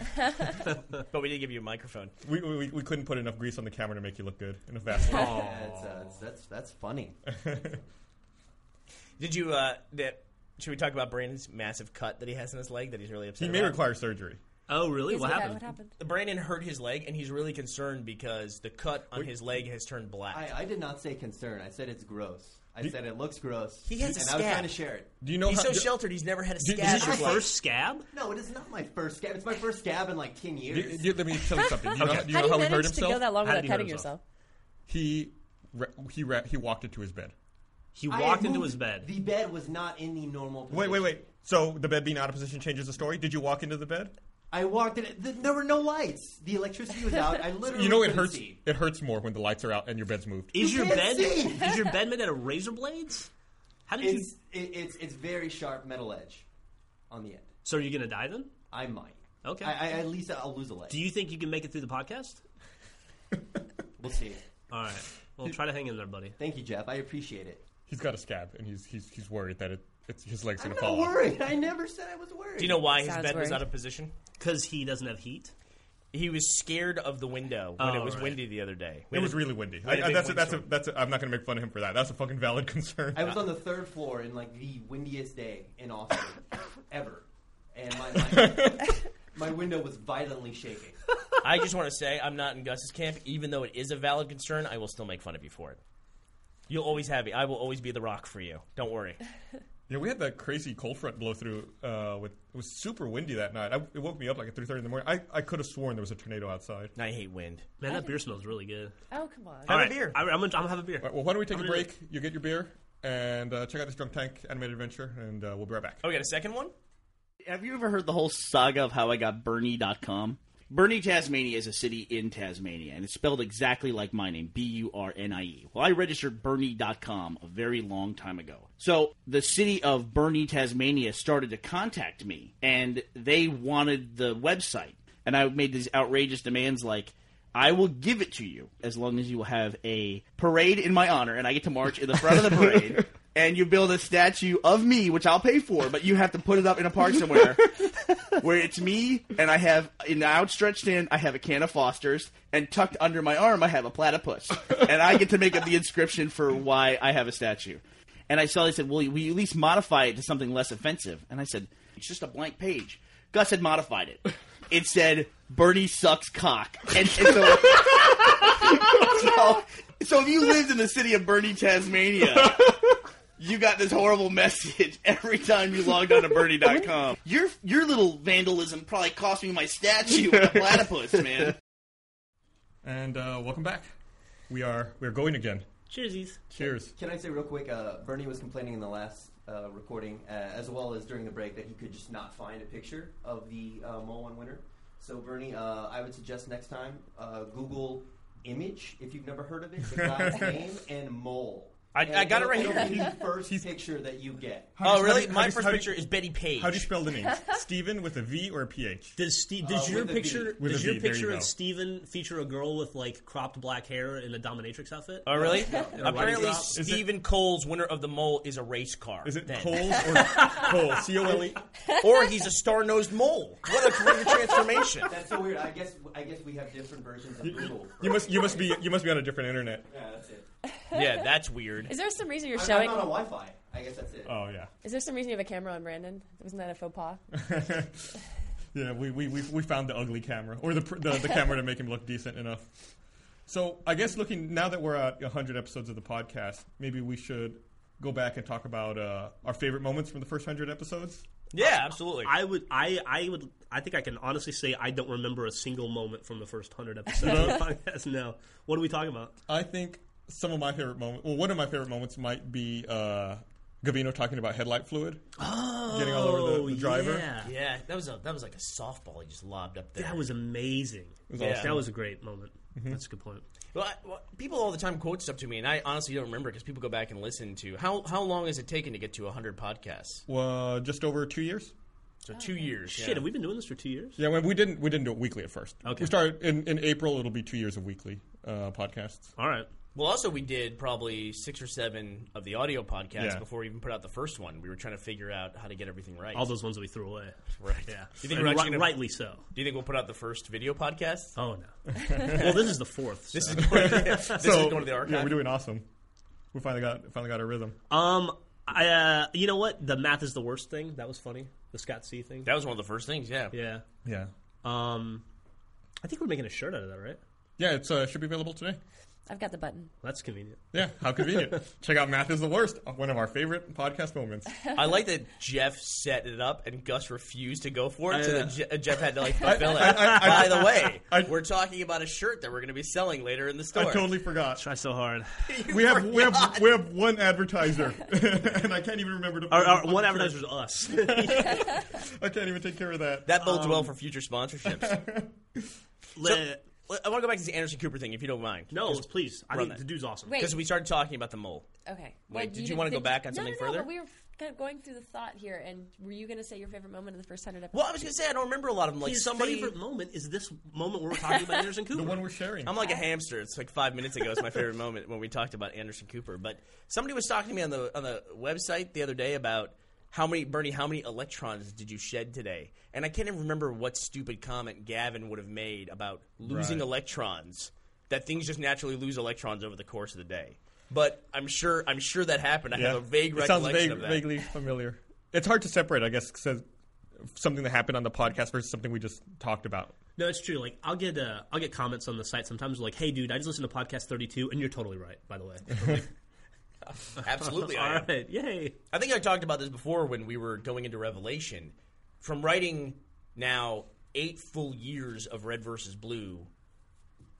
Speaker 6: but we did give you a microphone.
Speaker 5: We, we, we couldn't put enough grease on the camera to make you look good. Enough Vaseline.
Speaker 9: Yeah, it's, uh, it's, that's that's funny.
Speaker 6: Did you? Uh, that, should we talk about Brandon's massive cut that he has in his leg that he's really upset?
Speaker 5: he may
Speaker 6: about?
Speaker 5: require surgery.
Speaker 3: Oh, really?
Speaker 4: Is
Speaker 3: What
Speaker 4: it that-
Speaker 3: happened?
Speaker 4: What happened?
Speaker 6: Brandon hurt his leg, and he's really concerned because the cut on his leg has turned black.
Speaker 9: I, I did not say concern. I said it's gross. I said it looks gross.
Speaker 6: He has a
Speaker 9: and I was
Speaker 6: scab.
Speaker 9: trying to share it.
Speaker 5: Do you know
Speaker 6: he's
Speaker 5: how?
Speaker 6: so
Speaker 5: do-
Speaker 6: sheltered; he's never had a
Speaker 5: Dude,
Speaker 6: scab.
Speaker 5: is this
Speaker 6: in
Speaker 5: your
Speaker 6: his life.
Speaker 3: First scab?
Speaker 9: No, it is not my first scab. It's my first scab in like ten
Speaker 5: (laughs)
Speaker 9: years.
Speaker 5: do you- do you- let me tell you something. Do you know, how- do you
Speaker 4: how
Speaker 5: know
Speaker 4: do
Speaker 5: how
Speaker 4: you
Speaker 5: he hurt
Speaker 4: manage to
Speaker 5: himself?
Speaker 4: go that long
Speaker 3: How
Speaker 4: without
Speaker 3: did he hurt
Speaker 4: cutting
Speaker 3: himself?
Speaker 4: yourself?
Speaker 5: he ra- he ra- he walked into his bed.
Speaker 3: He
Speaker 9: I had
Speaker 3: walked into
Speaker 9: moved-
Speaker 3: his bed.
Speaker 9: The bed was not in the normal. Position.
Speaker 5: Wait, wait, wait. So the bed being out of position changes the story. Did you walk into the bed?
Speaker 9: I walked in. th- There were no lights. The electricity was out.
Speaker 5: (laughs)
Speaker 9: I literally.
Speaker 5: You know it
Speaker 9: couldn't
Speaker 5: hurts.
Speaker 9: see.
Speaker 5: It hurts more when the lights are out and your bed's moved.
Speaker 3: is your
Speaker 9: can't
Speaker 3: bed
Speaker 9: see.
Speaker 3: is your bed made out of razor blades? How did
Speaker 9: It's
Speaker 3: you?
Speaker 9: it, it's it's very sharp metal edge, on the end.
Speaker 3: So are you gonna die then?
Speaker 9: I might.
Speaker 3: Okay.
Speaker 9: I, I at least I'll lose a leg.
Speaker 3: Do you think you can make it through the podcast?
Speaker 9: we'll see.
Speaker 3: All right. Well, try to hang in there, buddy.
Speaker 9: Thank you, Jeff. I appreciate it.
Speaker 5: He's got a scab and he's he's he's worried that it, it's his legs
Speaker 9: I'm
Speaker 5: gonna
Speaker 9: not
Speaker 5: fall. off.
Speaker 9: worried. I never said I was worried.
Speaker 6: Do you know why his
Speaker 4: Sounds
Speaker 6: bed was
Speaker 4: worried.
Speaker 6: out of position?
Speaker 3: Because he doesn't have heat.
Speaker 6: He was scared of the window when
Speaker 3: Oh,
Speaker 6: it was
Speaker 3: right.
Speaker 6: windy the other day.
Speaker 5: It was really windy. I,
Speaker 6: had a
Speaker 5: I-
Speaker 6: big
Speaker 5: that's a, that's a,
Speaker 6: windstorm.
Speaker 5: that's. A, I'm not gonna make fun of him for that. That's a fucking valid (laughs) concern.
Speaker 9: I was on the third floor in like the windiest day in Austin ever, and my my, my window was violently shaking.
Speaker 6: I just want to say I'm not in Gus's camp, even though it is a valid concern. I will still make fun of you for it. You'll always have me. I will always be the rock for you. Don't worry.
Speaker 5: yeah, we had that crazy cold front blow through. Uh, with it was super windy that night. I, it woke me up like at 3:30 in the morning. I, I could have sworn there was a tornado outside.
Speaker 6: I hate wind.
Speaker 3: Man, that beer smells really good.
Speaker 4: Oh, come on.
Speaker 3: All
Speaker 6: a
Speaker 3: right,
Speaker 6: beer.
Speaker 3: I, am gonna, I'm gonna have a beer.
Speaker 5: All right, well, why don't we take
Speaker 3: I'm
Speaker 5: a
Speaker 3: gonna-
Speaker 5: break? You get your beer and uh, check out this drunk tank animated adventure, and uh, we'll be right back.
Speaker 6: Oh, we got a second one.
Speaker 10: Have you ever heard the whole saga of how I got Bernie.com? Burnie, Tasmania is a city in Tasmania, and it's spelled exactly like my name, B U R N I E. Well, I registered Burnie.com a very long time ago. So the city of Burnie, Tasmania started to contact me, and they wanted the website. And I made these outrageous demands like, I will give it to you as long as you will have a parade in my honor, and I get to march in the front of the parade. And you build a statue of me, which I'll pay for, but you have to put it up in a park somewhere where it's me and I have in an outstretched hand I have a can of Foster's and tucked under my arm I have a platypus and I get to make up the inscription for why I have a statue. And I saw they said, "Well, will you at least modify it to something less offensive?" And I said, "It's just a blank page." Gus had modified it. It said, "Bernie sucks cock," and, and so. so so if you lived in the city of Bernie, Tasmania, you got this horrible message every time you logged on to Bernie.com. Your your little vandalism probably cost me my statue with a platypus, man.
Speaker 5: And uh, welcome back. We are we are going again.
Speaker 3: Cheersies.
Speaker 5: Cheers.
Speaker 9: Can I say real quick? Uh, Bernie was complaining in the last uh, recording, uh, as well as during the break, that he could just not find a picture of the uh, mole one winner. So, Bernie, uh, I would suggest next time uh, Google image if you've never heard of it, the guy's
Speaker 6: (laughs)
Speaker 9: name and mole.
Speaker 6: I-
Speaker 9: And
Speaker 6: I got it right
Speaker 9: it'll- it'll
Speaker 6: here.
Speaker 9: be the first picture that you get.
Speaker 5: How do
Speaker 6: Oh,
Speaker 5: you-
Speaker 6: really?
Speaker 5: how do you-
Speaker 6: My
Speaker 5: how do
Speaker 6: first
Speaker 5: you-
Speaker 6: picture is Betty Page.
Speaker 5: How do you spell
Speaker 6: (laughs)
Speaker 5: the name? Steven with a V or a PH?
Speaker 3: Does Steve, does
Speaker 9: Uh,
Speaker 3: your
Speaker 9: with a V.
Speaker 3: picture
Speaker 5: With a
Speaker 3: does
Speaker 5: V,
Speaker 3: your
Speaker 5: there you
Speaker 3: picture
Speaker 5: go.
Speaker 3: of Steven feature a girl with like cropped black hair in a dominatrix outfit?
Speaker 6: Oh, really? Apparently,
Speaker 3: Is
Speaker 5: it-
Speaker 6: Stephen Cole's winner of the mole is a race car.
Speaker 5: Is it
Speaker 6: then.
Speaker 5: Coles or
Speaker 6: (laughs)
Speaker 5: Cole? C O L E.
Speaker 6: or he's a star-nosed mole? What a career transformation!
Speaker 9: That's so weird. I guess I guess we have different versions of Google.
Speaker 5: You must you must be you must be on a different internet.
Speaker 9: Yeah, that's it.
Speaker 6: Yeah, that's weird.
Speaker 4: Is there some reason you're
Speaker 9: I'm,
Speaker 4: showing?
Speaker 9: I'm not on Wi-Fi. I guess that's it.
Speaker 5: Oh yeah.
Speaker 4: Is there some reason you have a camera on Brandon? Wasn't that a faux pas?
Speaker 5: (laughs) Yeah, we, we, we, we found the ugly camera, or the, pr- the, the camera to make him look decent enough. So I guess looking now that we're at 100 episodes of the podcast, maybe we should go back and talk about uh, our favorite moments from the first 100 episodes.
Speaker 6: Yeah, absolutely.
Speaker 3: I would, I, I would, I think I can honestly say I don't remember a single moment from the first hundred episodes of
Speaker 6: (laughs)
Speaker 3: the podcast. No, what are we talking about?
Speaker 5: I think some of my favorite moments, well, one of my favorite moments might be uh, Gavino talking about headlight fluid, oh, getting all over the, the driver.
Speaker 3: yeah.
Speaker 6: yeah, that was a that was like a softball he just lobbed up there.
Speaker 3: that was amazing.
Speaker 6: awesome.
Speaker 3: That was a great moment. That's a good point.
Speaker 6: Well, I, well, people all the time quote stuff to me, and I honestly don't remember because people go back and listen to how how long has it taken to get to hundred podcasts?
Speaker 5: Well, uh, just over two years.
Speaker 6: So two years.
Speaker 3: Shit, have we been doing this for two years?
Speaker 5: Yeah, well, we didn't we didn't do it weekly at first.
Speaker 3: Okay.
Speaker 5: We started in, in April. It'll be two years of weekly uh, podcasts.
Speaker 3: All right.
Speaker 6: Well, also we did probably six or seven of the audio podcasts
Speaker 5: Yeah.
Speaker 6: before we even put out the first one. We were trying to figure out how to get everything right.
Speaker 3: All those ones that we threw away.
Speaker 6: right.
Speaker 3: Yeah.
Speaker 6: You think
Speaker 3: And
Speaker 6: we're actually
Speaker 3: ri-
Speaker 6: gonna-
Speaker 3: rightly so.
Speaker 6: Do you think we'll put out the first video podcast?
Speaker 3: Oh
Speaker 6: (laughs)
Speaker 3: no. well, this is the fourth.
Speaker 6: This
Speaker 3: so.
Speaker 6: is going to, (laughs) this is going to the archive.
Speaker 5: Yeah, we're doing awesome. We finally got finally got our rhythm.
Speaker 3: um, I, uh, you know what? The math is the worst thing. That was funny. The Scott C thing.
Speaker 6: that was one of the first things. Yeah.
Speaker 3: yeah.
Speaker 5: Yeah,
Speaker 3: Um, I think we're making a shirt out of that, right?
Speaker 5: yeah, it's uh, should be available today.
Speaker 4: I've got the button.
Speaker 3: That's convenient.
Speaker 5: Yeah, how convenient. (laughs) Check out Math is the Worst, one of our favorite podcast moments.
Speaker 6: I like that Jeff set it up and Gus refused to go for it, so
Speaker 3: I-
Speaker 6: that Je- Jeff had to like fulfill it. By the way, we're talking about a shirt that we're going to be selling later in the
Speaker 5: I
Speaker 6: store.
Speaker 5: totally forgot.
Speaker 3: Try so hard.
Speaker 5: We have we have we have one advertiser, (laughs) and I can't even remember to.
Speaker 3: (laughs) Our,
Speaker 5: (laughs)
Speaker 3: our one advertiser is us. (laughs)
Speaker 5: I can't even take care of that.
Speaker 6: that bodes
Speaker 3: um,
Speaker 6: well for future sponsorships.
Speaker 3: (laughs) Le-
Speaker 6: Well, I want to go back to the Anderson Cooper thing, if you don't mind.
Speaker 3: no, please. I
Speaker 6: Run
Speaker 3: think
Speaker 6: that.
Speaker 3: the dude's awesome.
Speaker 4: Wait.
Speaker 6: because we started talking about the mole.
Speaker 4: Okay.
Speaker 6: Wait, did you
Speaker 4: didn't-
Speaker 6: wanna go back on
Speaker 4: no,
Speaker 6: something
Speaker 4: no, no,
Speaker 6: further?
Speaker 4: But we were kind of going through the thought here, and were you going to say your favorite moment of the first hundred episodes?
Speaker 6: Well, I was going to say I don't remember a lot of them. Like
Speaker 3: His
Speaker 6: somebody,
Speaker 3: favorite moment is this moment where we're talking about
Speaker 6: (laughs)
Speaker 3: Anderson Cooper.
Speaker 5: The one we're sharing.
Speaker 6: I'm like a hamster. It's like five minutes ago. It's
Speaker 5: (laughs)
Speaker 6: my favorite moment when we talked about Anderson Cooper. But somebody was talking to me on the on the website the other day about how many Bernie, how many electrons did you shed today? And I can't even remember what stupid comment Gavin would have made about losing
Speaker 5: Right.
Speaker 6: electrons. That things just naturally lose electrons over the course of the day. But I'm sure I'm sure that happened. I
Speaker 5: yeah.
Speaker 6: have a vague
Speaker 5: it sounds
Speaker 6: recollection
Speaker 5: vague,
Speaker 6: of that.
Speaker 5: vaguely familiar. It's hard to separate, I guess, 'cause something that happened on the podcast versus something we just talked about.
Speaker 3: No, it's true. Like I'll get uh, I'll get comments on the site sometimes like, "Hey, dude, I just listened to podcast 32, and you're totally right." By the way,
Speaker 6: Absolutely,
Speaker 5: (laughs)
Speaker 6: I
Speaker 3: all (laughs)
Speaker 6: am.
Speaker 3: right, yay.
Speaker 6: I think I talked about this before when we were going into Revelation. From writing now eight full years of Red versus Blue,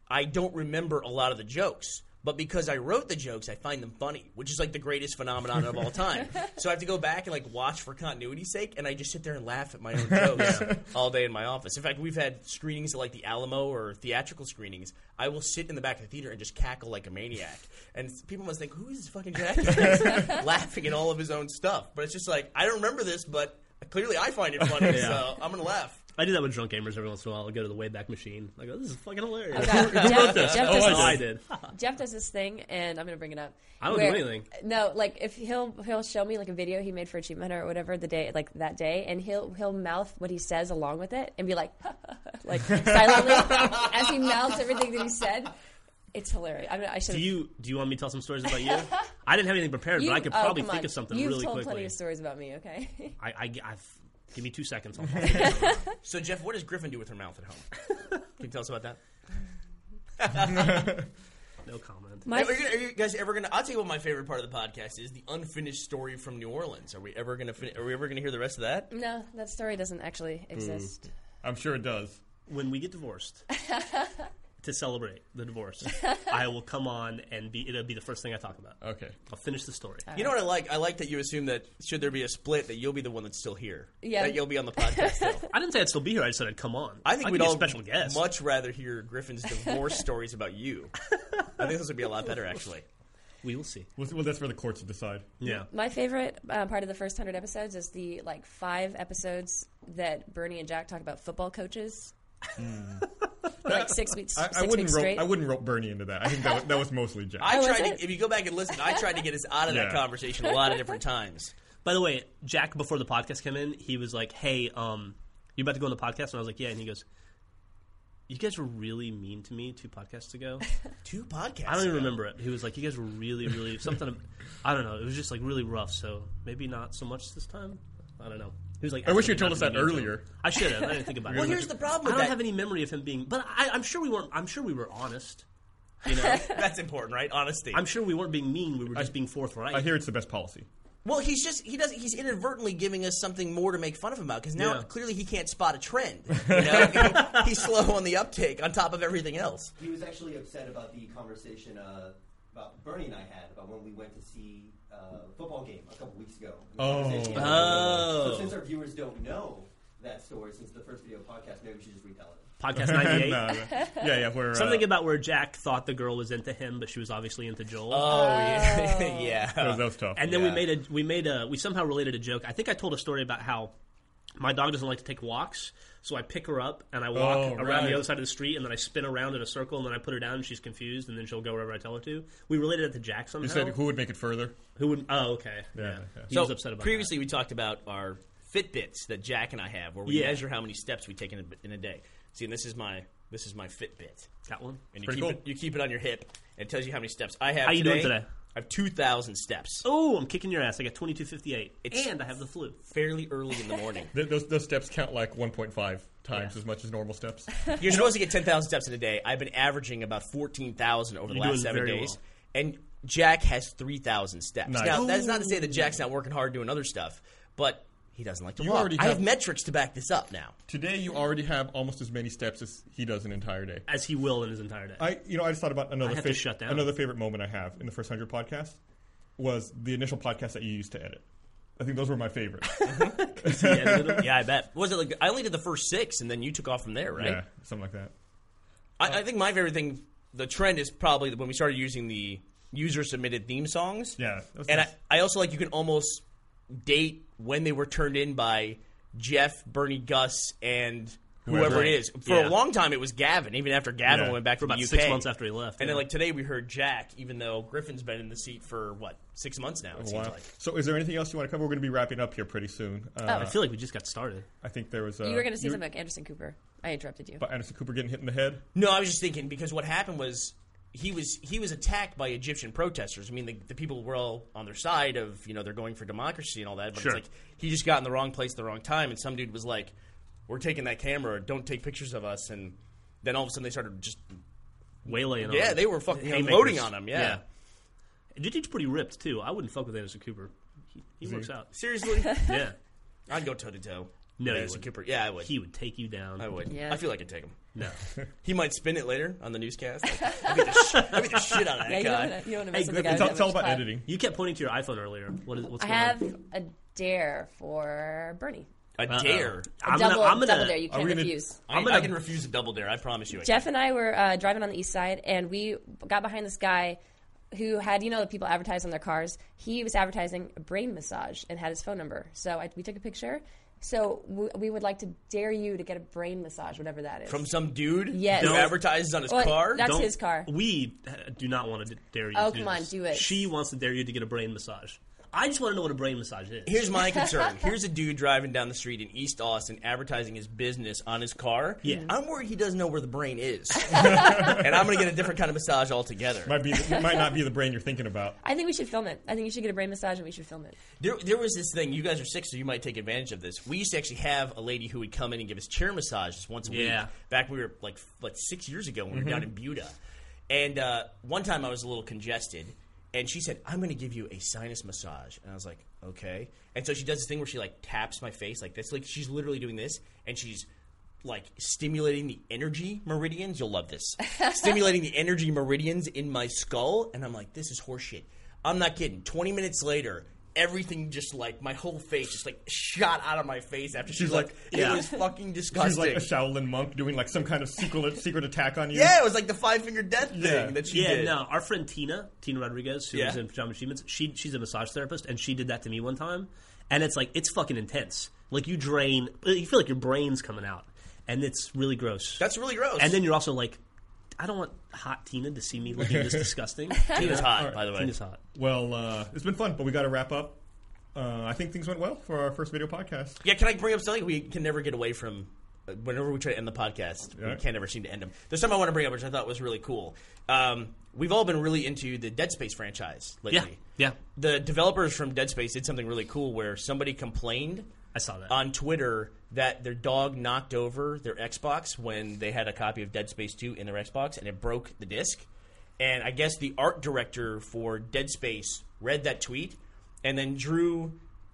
Speaker 6: I don't remember a lot of the jokes. But because I wrote the jokes, I find them funny, which is like the greatest phenomenon of all time. so I have to go back and like watch for continuity's sake, and I just sit there and laugh at my own jokes all day in my office. In fact, we've had screenings at like the Alamo or theatrical screenings. I will sit in the back of the theater and just cackle like a maniac, and people must think, "Who is this fucking jackass laughing at all of his own stuff?" But it's just like I don't remember this, but clearly I find it funny, so I'm gonna laugh.
Speaker 3: I do that with drunk gamers every once in a while. I'll go to the Wayback Machine. I go, this is fucking hilarious.
Speaker 4: I've
Speaker 3: (laughs)
Speaker 4: got- Jeff- Jeff
Speaker 3: oh,
Speaker 4: does this-
Speaker 3: I did.
Speaker 4: Jeff does this thing, and I'm gonna bring it up.
Speaker 3: I don't do anything.
Speaker 4: No, like if he'll he'll show me like a video he made for Achievement or whatever the day like that day, and he'll he'll mouth what he says along with it and be like (laughs)
Speaker 3: (laughs)
Speaker 4: like silently as he mouths everything that he said. It's hilarious. I mean, I should.
Speaker 3: Do you do you want me to tell some stories about
Speaker 4: (laughs)
Speaker 3: you? I didn't have anything prepared, but I could
Speaker 4: oh,
Speaker 3: probably
Speaker 4: come
Speaker 3: think
Speaker 4: on.
Speaker 3: of something
Speaker 4: You've
Speaker 3: really
Speaker 4: told
Speaker 3: quickly.
Speaker 4: plenty of stories about me. Okay. (laughs)
Speaker 3: I, I, I've, give me two seconds. I'll pop it.
Speaker 6: So Jeff, what does Griffin do with her mouth at home? Can you tell us about that?
Speaker 3: no comment.
Speaker 4: My
Speaker 6: are, you, gonna- are you guys ever gonna? I'll tell you what my favorite part of the podcast is: the unfinished story from New Orleans. Are we ever gonna? Fin- are we ever gonna hear the rest of that?
Speaker 4: no, that story doesn't actually
Speaker 3: Hmm.
Speaker 4: exist.
Speaker 5: I'm sure it does.
Speaker 3: When we get
Speaker 4: (laughs)
Speaker 3: divorced, to celebrate the divorce, I will come on and be. It'll be the first thing I talk about.
Speaker 5: Okay.
Speaker 3: I'll finish the story.
Speaker 6: You know what I like? I like that you assume that should there be a split, that you'll be the one that's still here.
Speaker 4: Yeah.
Speaker 6: that you'll be on the
Speaker 4: (laughs)
Speaker 6: podcast. still.
Speaker 3: I didn't say I'd still be here. I just said I'd come on.
Speaker 6: I think
Speaker 3: I'd
Speaker 6: we'd
Speaker 3: be a
Speaker 6: all
Speaker 3: special guest.
Speaker 6: much rather hear Griffin's
Speaker 3: (laughs)
Speaker 6: divorce stories about you. I think this would be a lot better, actually.
Speaker 3: we will see.
Speaker 5: Well, well, that's where the courts will decide.
Speaker 3: Yeah.
Speaker 4: My favorite uh, part of the first hundred episodes is the like five episodes that Bernie and Jack talk about football coaches. For, like six weeks,
Speaker 5: Mm. I, I
Speaker 4: six
Speaker 5: wouldn't
Speaker 4: weeks
Speaker 5: rope,
Speaker 4: straight.
Speaker 5: I wouldn't rope Bernie into that. I think that was, that was mostly Jack.
Speaker 6: I
Speaker 4: Oh, is
Speaker 6: tried to.
Speaker 4: it?
Speaker 6: If you go back and listen, I tried to get us out of that
Speaker 5: Yeah.
Speaker 6: conversation a lot of different times.
Speaker 3: By the way, Jack, before the podcast came in, he was like, "Hey, um, you about to go on the podcast?" And I was like, "Yeah." And he goes, "You guys were really mean to me two podcasts ago."
Speaker 6: Two podcasts.
Speaker 3: I don't even
Speaker 6: ago.
Speaker 3: remember it. He was like, "You guys were really,
Speaker 5: (laughs)
Speaker 3: really something." ab- I don't know. It was just like really rough. So maybe not so much this time. I don't know. He was like,
Speaker 5: I wish you
Speaker 3: asking
Speaker 5: had
Speaker 3: me
Speaker 5: told
Speaker 3: not to
Speaker 5: us
Speaker 3: be
Speaker 5: that
Speaker 3: mean to
Speaker 5: earlier.
Speaker 3: him. I should have. I didn't think about it.
Speaker 6: Well, here's the problem.
Speaker 3: I
Speaker 6: With
Speaker 3: don't
Speaker 6: that.
Speaker 3: have any memory of him being. But I, I'm sure we weren't. I'm sure we were honest. You
Speaker 6: (laughs)
Speaker 3: know,
Speaker 6: That's important, right? Honesty.
Speaker 3: I'm sure we weren't being mean. We were just being forthright.
Speaker 5: I hear Uh, it's the best policy.
Speaker 6: Well, he's just he doesn't he's inadvertently giving us something more to make fun of him about because now
Speaker 3: Yeah.
Speaker 6: clearly he can't spot
Speaker 3: (laughs)
Speaker 6: a trend. You know? (laughs) he's slow on the uptake on top of everything else.
Speaker 9: He was actually upset about the conversation uh, about Bernie and I had about when we went to see uh, a football game a couple weeks ago. And the
Speaker 5: Oh.
Speaker 9: conversation-
Speaker 3: Oh.
Speaker 9: So since our viewers don't know that story, since the first video podcast, maybe we should just retell it.
Speaker 3: Podcast 98.
Speaker 5: (laughs) No, no. Yeah, yeah. Where, uh,
Speaker 3: Something about where Jack thought the girl was into him, but she was obviously into Joel.
Speaker 6: Oh yeah, (laughs) yeah.
Speaker 5: that was, that was tough.
Speaker 3: and then
Speaker 6: yeah.
Speaker 3: we made a we made a we somehow related a joke. I think I told a story about how my dog doesn't like to take walks, so I pick her up and I walk
Speaker 5: Oh,
Speaker 3: around
Speaker 5: right.
Speaker 3: the other side of the street, and then I spin around in a circle, and then I put her down, and she's confused, and then she'll go wherever I tell her to. We related it to Jack somehow.
Speaker 5: you said who would make it further?
Speaker 3: Who would? Oh, okay. Yeah,
Speaker 5: yeah.
Speaker 3: he was upset about
Speaker 6: previously we talked about our Fitbits that Jack and I have, where we
Speaker 3: Yeah.
Speaker 6: measure how many steps we take in a, in a day. See, and this is my this is my Fitbit,
Speaker 3: that. Got one.
Speaker 6: and you
Speaker 5: Pretty
Speaker 6: keep
Speaker 5: cool.
Speaker 6: it you keep it on your hip, and it tells you how many steps I have.
Speaker 3: How
Speaker 6: today,
Speaker 3: you doing today?
Speaker 6: I have two thousand steps.
Speaker 3: Oh, I'm kicking your ass. I got 2258,
Speaker 6: It's-
Speaker 3: and I have the flu.
Speaker 6: Fairly early in the
Speaker 3: (laughs)
Speaker 6: morning.
Speaker 5: Th- those, those steps count like 1.5 times as much as normal steps. (laughs)
Speaker 6: You're supposed to get 10,000 steps in a day. I've been averaging about 14,000 over the
Speaker 3: You're
Speaker 6: last
Speaker 3: doing
Speaker 6: seven
Speaker 3: very
Speaker 6: days.
Speaker 3: well.
Speaker 6: And Jack has 3,000 steps.
Speaker 5: Nice.
Speaker 6: Now, that's not to say that Jack's not working hard doing other stuff, but he doesn't like to
Speaker 5: You
Speaker 6: walk.
Speaker 5: already
Speaker 6: I
Speaker 5: have-
Speaker 6: have metrics to back this up now.
Speaker 5: Today, you already have almost as many steps as he does an entire day.
Speaker 3: As he will in his entire day.
Speaker 5: I, you know, I just thought about another
Speaker 3: have to shut down.
Speaker 5: another favorite moment I have in the first hundred podcasts was the initial podcast that you used to edit. I think those were
Speaker 3: (laughs)
Speaker 5: my favorite.
Speaker 6: yeah, I bet. Was it like I only did the first six, and then you took off from there, right?
Speaker 5: Yeah, something like that.
Speaker 6: I, I think my favorite thing, the trend is probably when we started using the user submitted theme songs.
Speaker 5: Yeah, that was
Speaker 6: and
Speaker 5: nice.
Speaker 6: I, I also like you can almost date when they were turned in by Jeff, Bernie, Gus, and whoever,
Speaker 5: Whoever.
Speaker 6: it is. For
Speaker 3: Yeah.
Speaker 6: a long time, it was Gavin. Even after Gavin
Speaker 5: Yeah.
Speaker 6: went back
Speaker 3: For
Speaker 6: to the
Speaker 3: about
Speaker 6: UK,
Speaker 3: six months after he left, yeah.
Speaker 6: and then like today we heard Jack. Even though Griffin's been in the seat for what six months now, it seems
Speaker 5: Wow.
Speaker 6: like.
Speaker 5: So, is there anything else you want to cover? We're going to be wrapping up here pretty soon. Uh,
Speaker 3: I feel like we just got started.
Speaker 5: I think there was. Uh,
Speaker 4: you were going to see
Speaker 5: you-
Speaker 4: something like Anderson Cooper. I interrupted you.
Speaker 5: about Anderson Cooper getting hit in the head.
Speaker 6: No, I was just thinking because what happened was he was he was attacked by Egyptian protesters. I mean, the, the people were all on their side of you know they're going for democracy and all that. But
Speaker 3: Sure.
Speaker 6: it's like he just got in the wrong place at the wrong time, and some dude was like, "We're taking that camera. Don't take pictures of us." And then all of a sudden they started just
Speaker 3: Waylay and all
Speaker 6: yeah
Speaker 3: that.
Speaker 6: they were fucking
Speaker 3: Haymakers.
Speaker 6: loading on him. Yeah.
Speaker 3: Dude's pretty ripped
Speaker 4: (laughs)
Speaker 3: too. I wouldn't fuck with Anderson Cooper. He, he works out.
Speaker 6: seriously,
Speaker 3: Yeah.
Speaker 6: I'd go toe to toe.
Speaker 3: No, you
Speaker 6: Anderson
Speaker 3: wouldn't.
Speaker 6: Cooper. Yeah, I would.
Speaker 3: He would take you down.
Speaker 6: I would.
Speaker 4: Yeah.
Speaker 6: I feel like I'd take him.
Speaker 3: No.
Speaker 6: He might spin it later on the newscast.
Speaker 4: (laughs)
Speaker 6: Like, I beat the, sh- I beat the shit out
Speaker 4: Yeah,
Speaker 6: of that
Speaker 4: you don't
Speaker 6: guy.
Speaker 4: wanna- you don't want to mess with the
Speaker 5: It's,
Speaker 4: guy.
Speaker 5: all- it's all about editing.
Speaker 3: You kept pointing to your iPhone earlier. What is, what's
Speaker 4: I
Speaker 3: going
Speaker 4: have
Speaker 3: on?
Speaker 4: a dare for Bernie.
Speaker 6: A
Speaker 3: Uh-oh.
Speaker 6: dare.
Speaker 4: A
Speaker 3: Uh, I'm
Speaker 4: double,
Speaker 3: gonna, I'm gonna,
Speaker 4: double dare. You
Speaker 5: we
Speaker 4: can't
Speaker 5: gonna-
Speaker 4: refuse.
Speaker 6: I,
Speaker 3: gonna-
Speaker 6: I can refuse a double dare. I promise you. I
Speaker 4: Jeff and I were uh, driving on the east side, and we got behind this guy who had, you know, the people advertise on their cars. He was advertising a brain massage and had his phone number. So I, we took a picture. So w- we would like to dare you to get a brain massage, whatever that is.
Speaker 6: From some dude
Speaker 4: Yes.
Speaker 6: who
Speaker 4: Don't-
Speaker 6: advertises on his
Speaker 4: Well,
Speaker 6: car.
Speaker 4: that's
Speaker 3: Don't-
Speaker 4: his car.
Speaker 3: We uh, do not want to d- dare you.
Speaker 4: Oh,
Speaker 3: to do
Speaker 4: come on,
Speaker 3: this.
Speaker 4: do it.
Speaker 3: She wants to dare you to get a brain massage. I just want to know what a brain massage is.
Speaker 6: Here's my
Speaker 4: (laughs)
Speaker 6: concern. Here's a dude driving down the street in East Austin advertising his business on his car.
Speaker 3: Yeah.
Speaker 6: I'm worried he doesn't know where the
Speaker 4: (laughs)
Speaker 6: brain is. and I'm going to get a different kind of massage altogether.
Speaker 5: Might be, the, might not be the brain you're thinking about.
Speaker 4: I think we should film it. I think you should get a brain massage and we should film it.
Speaker 6: There, there was this thing. You guys are sick, so you might take advantage of this. We used to actually have a lady who would come in and give us chair massages once a
Speaker 3: Yeah.
Speaker 6: week. Back when we were like f- like six years ago when we were down in Buda, and uh, one time I was a little congested, and she said, "I'm going to give you a sinus massage," and I was like, "Okay." And so she does this thing where she like taps my face like this, like she's literally doing this, and she's like stimulating the energy meridians. You'll love this. stimulating the energy meridians in my skull, and I'm like, this is horseshit. I'm not kidding. Twenty minutes later, everything just like my whole face just like shot out of my face after she's,
Speaker 5: She's
Speaker 6: like,
Speaker 5: like,
Speaker 6: it
Speaker 3: yeah.
Speaker 6: was fucking
Speaker 5: She's
Speaker 6: disgusting.
Speaker 5: like a Shaolin monk doing like some kind of secret secret attack on you.
Speaker 6: yeah, it was like the five finger death thing
Speaker 5: Yeah.
Speaker 6: that she
Speaker 3: Yeah,
Speaker 6: did.
Speaker 3: no. Our friend Tina, Tina Rodriguez, who
Speaker 6: Yeah.
Speaker 3: was in Pajama Achievements, she she's a massage therapist, and she did that to me one time, and it's like it's fucking intense. Like you drain, you feel like your brain's coming out, and it's really gross.
Speaker 6: That's really gross.
Speaker 3: and then you're also like, I don't want hot Tina to see me looking this
Speaker 6: (laughs)
Speaker 3: disgusting.
Speaker 6: Tina's hot, by the way.
Speaker 3: Tina's hot.
Speaker 5: Well, uh, it's been fun, but we got to wrap up. Uh, I think things went well for our first video podcast.
Speaker 6: Yeah, can I bring up something we can never get away from? uh, Whenever we try to end the podcast, we
Speaker 5: Yeah.
Speaker 6: can't ever seem to end them. There's something I want to bring up, which I thought was really cool. Um, we've all been really into the Dead Space franchise lately.
Speaker 3: Yeah, yeah.
Speaker 6: The developers from Dead Space did something really cool where somebody complained
Speaker 3: I saw that.
Speaker 6: on Twitter that their dog knocked over their Xbox when they had a copy of Dead Space 2 in their Xbox and it broke the disc. And I guess the art director for Dead Space read that tweet and then drew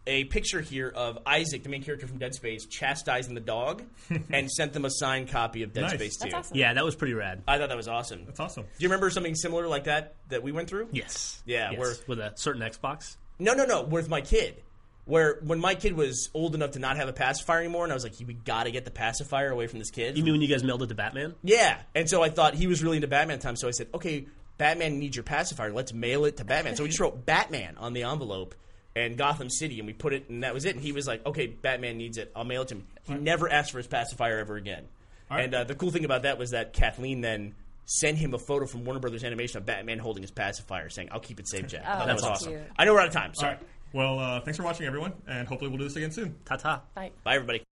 Speaker 6: a picture here of Isaac, the main character from Dead Space, chastising the dog and sent them a signed copy of Dead
Speaker 5: Nice.
Speaker 6: Space 2.
Speaker 4: That's awesome.
Speaker 3: yeah, that was pretty rad.
Speaker 6: I thought that was awesome.
Speaker 5: It's awesome.
Speaker 6: Do you remember something similar like that that we went through?
Speaker 3: Yes.
Speaker 6: Yeah,
Speaker 3: Yes.
Speaker 6: we're-
Speaker 3: with a certain Xbox.
Speaker 6: No, no, no. With my kid, where when my kid was old enough to not have a pacifier anymore, and I was like, "We got to get the pacifier away from this kid."
Speaker 3: You mean when you guys mailed it to Batman?
Speaker 6: yeah. And so I thought he was really into Batman at the time, so I said, "Okay, Batman needs your pacifier. Let's mail it to Batman." So we just wrote Batman on the envelope and Gotham City, and we put it, and that was it. And he was like, "Okay, Batman needs it. I'll mail it to him." He never asked for his pacifier ever again. And uh, the cool thing about that was that Kathleen then. sent him a photo from Warner Brothers Animation of Batman holding his pacifier, saying, "I'll keep it safe, Jack." I thought that
Speaker 4: Oh, that's
Speaker 6: was awesome.
Speaker 4: cute.
Speaker 6: I know we're out of time. Sorry.
Speaker 5: All right. Well, uh, thanks for watching, everyone, and hopefully we'll do this again soon.
Speaker 3: Ta ta.
Speaker 4: Bye.
Speaker 6: Bye, everybody.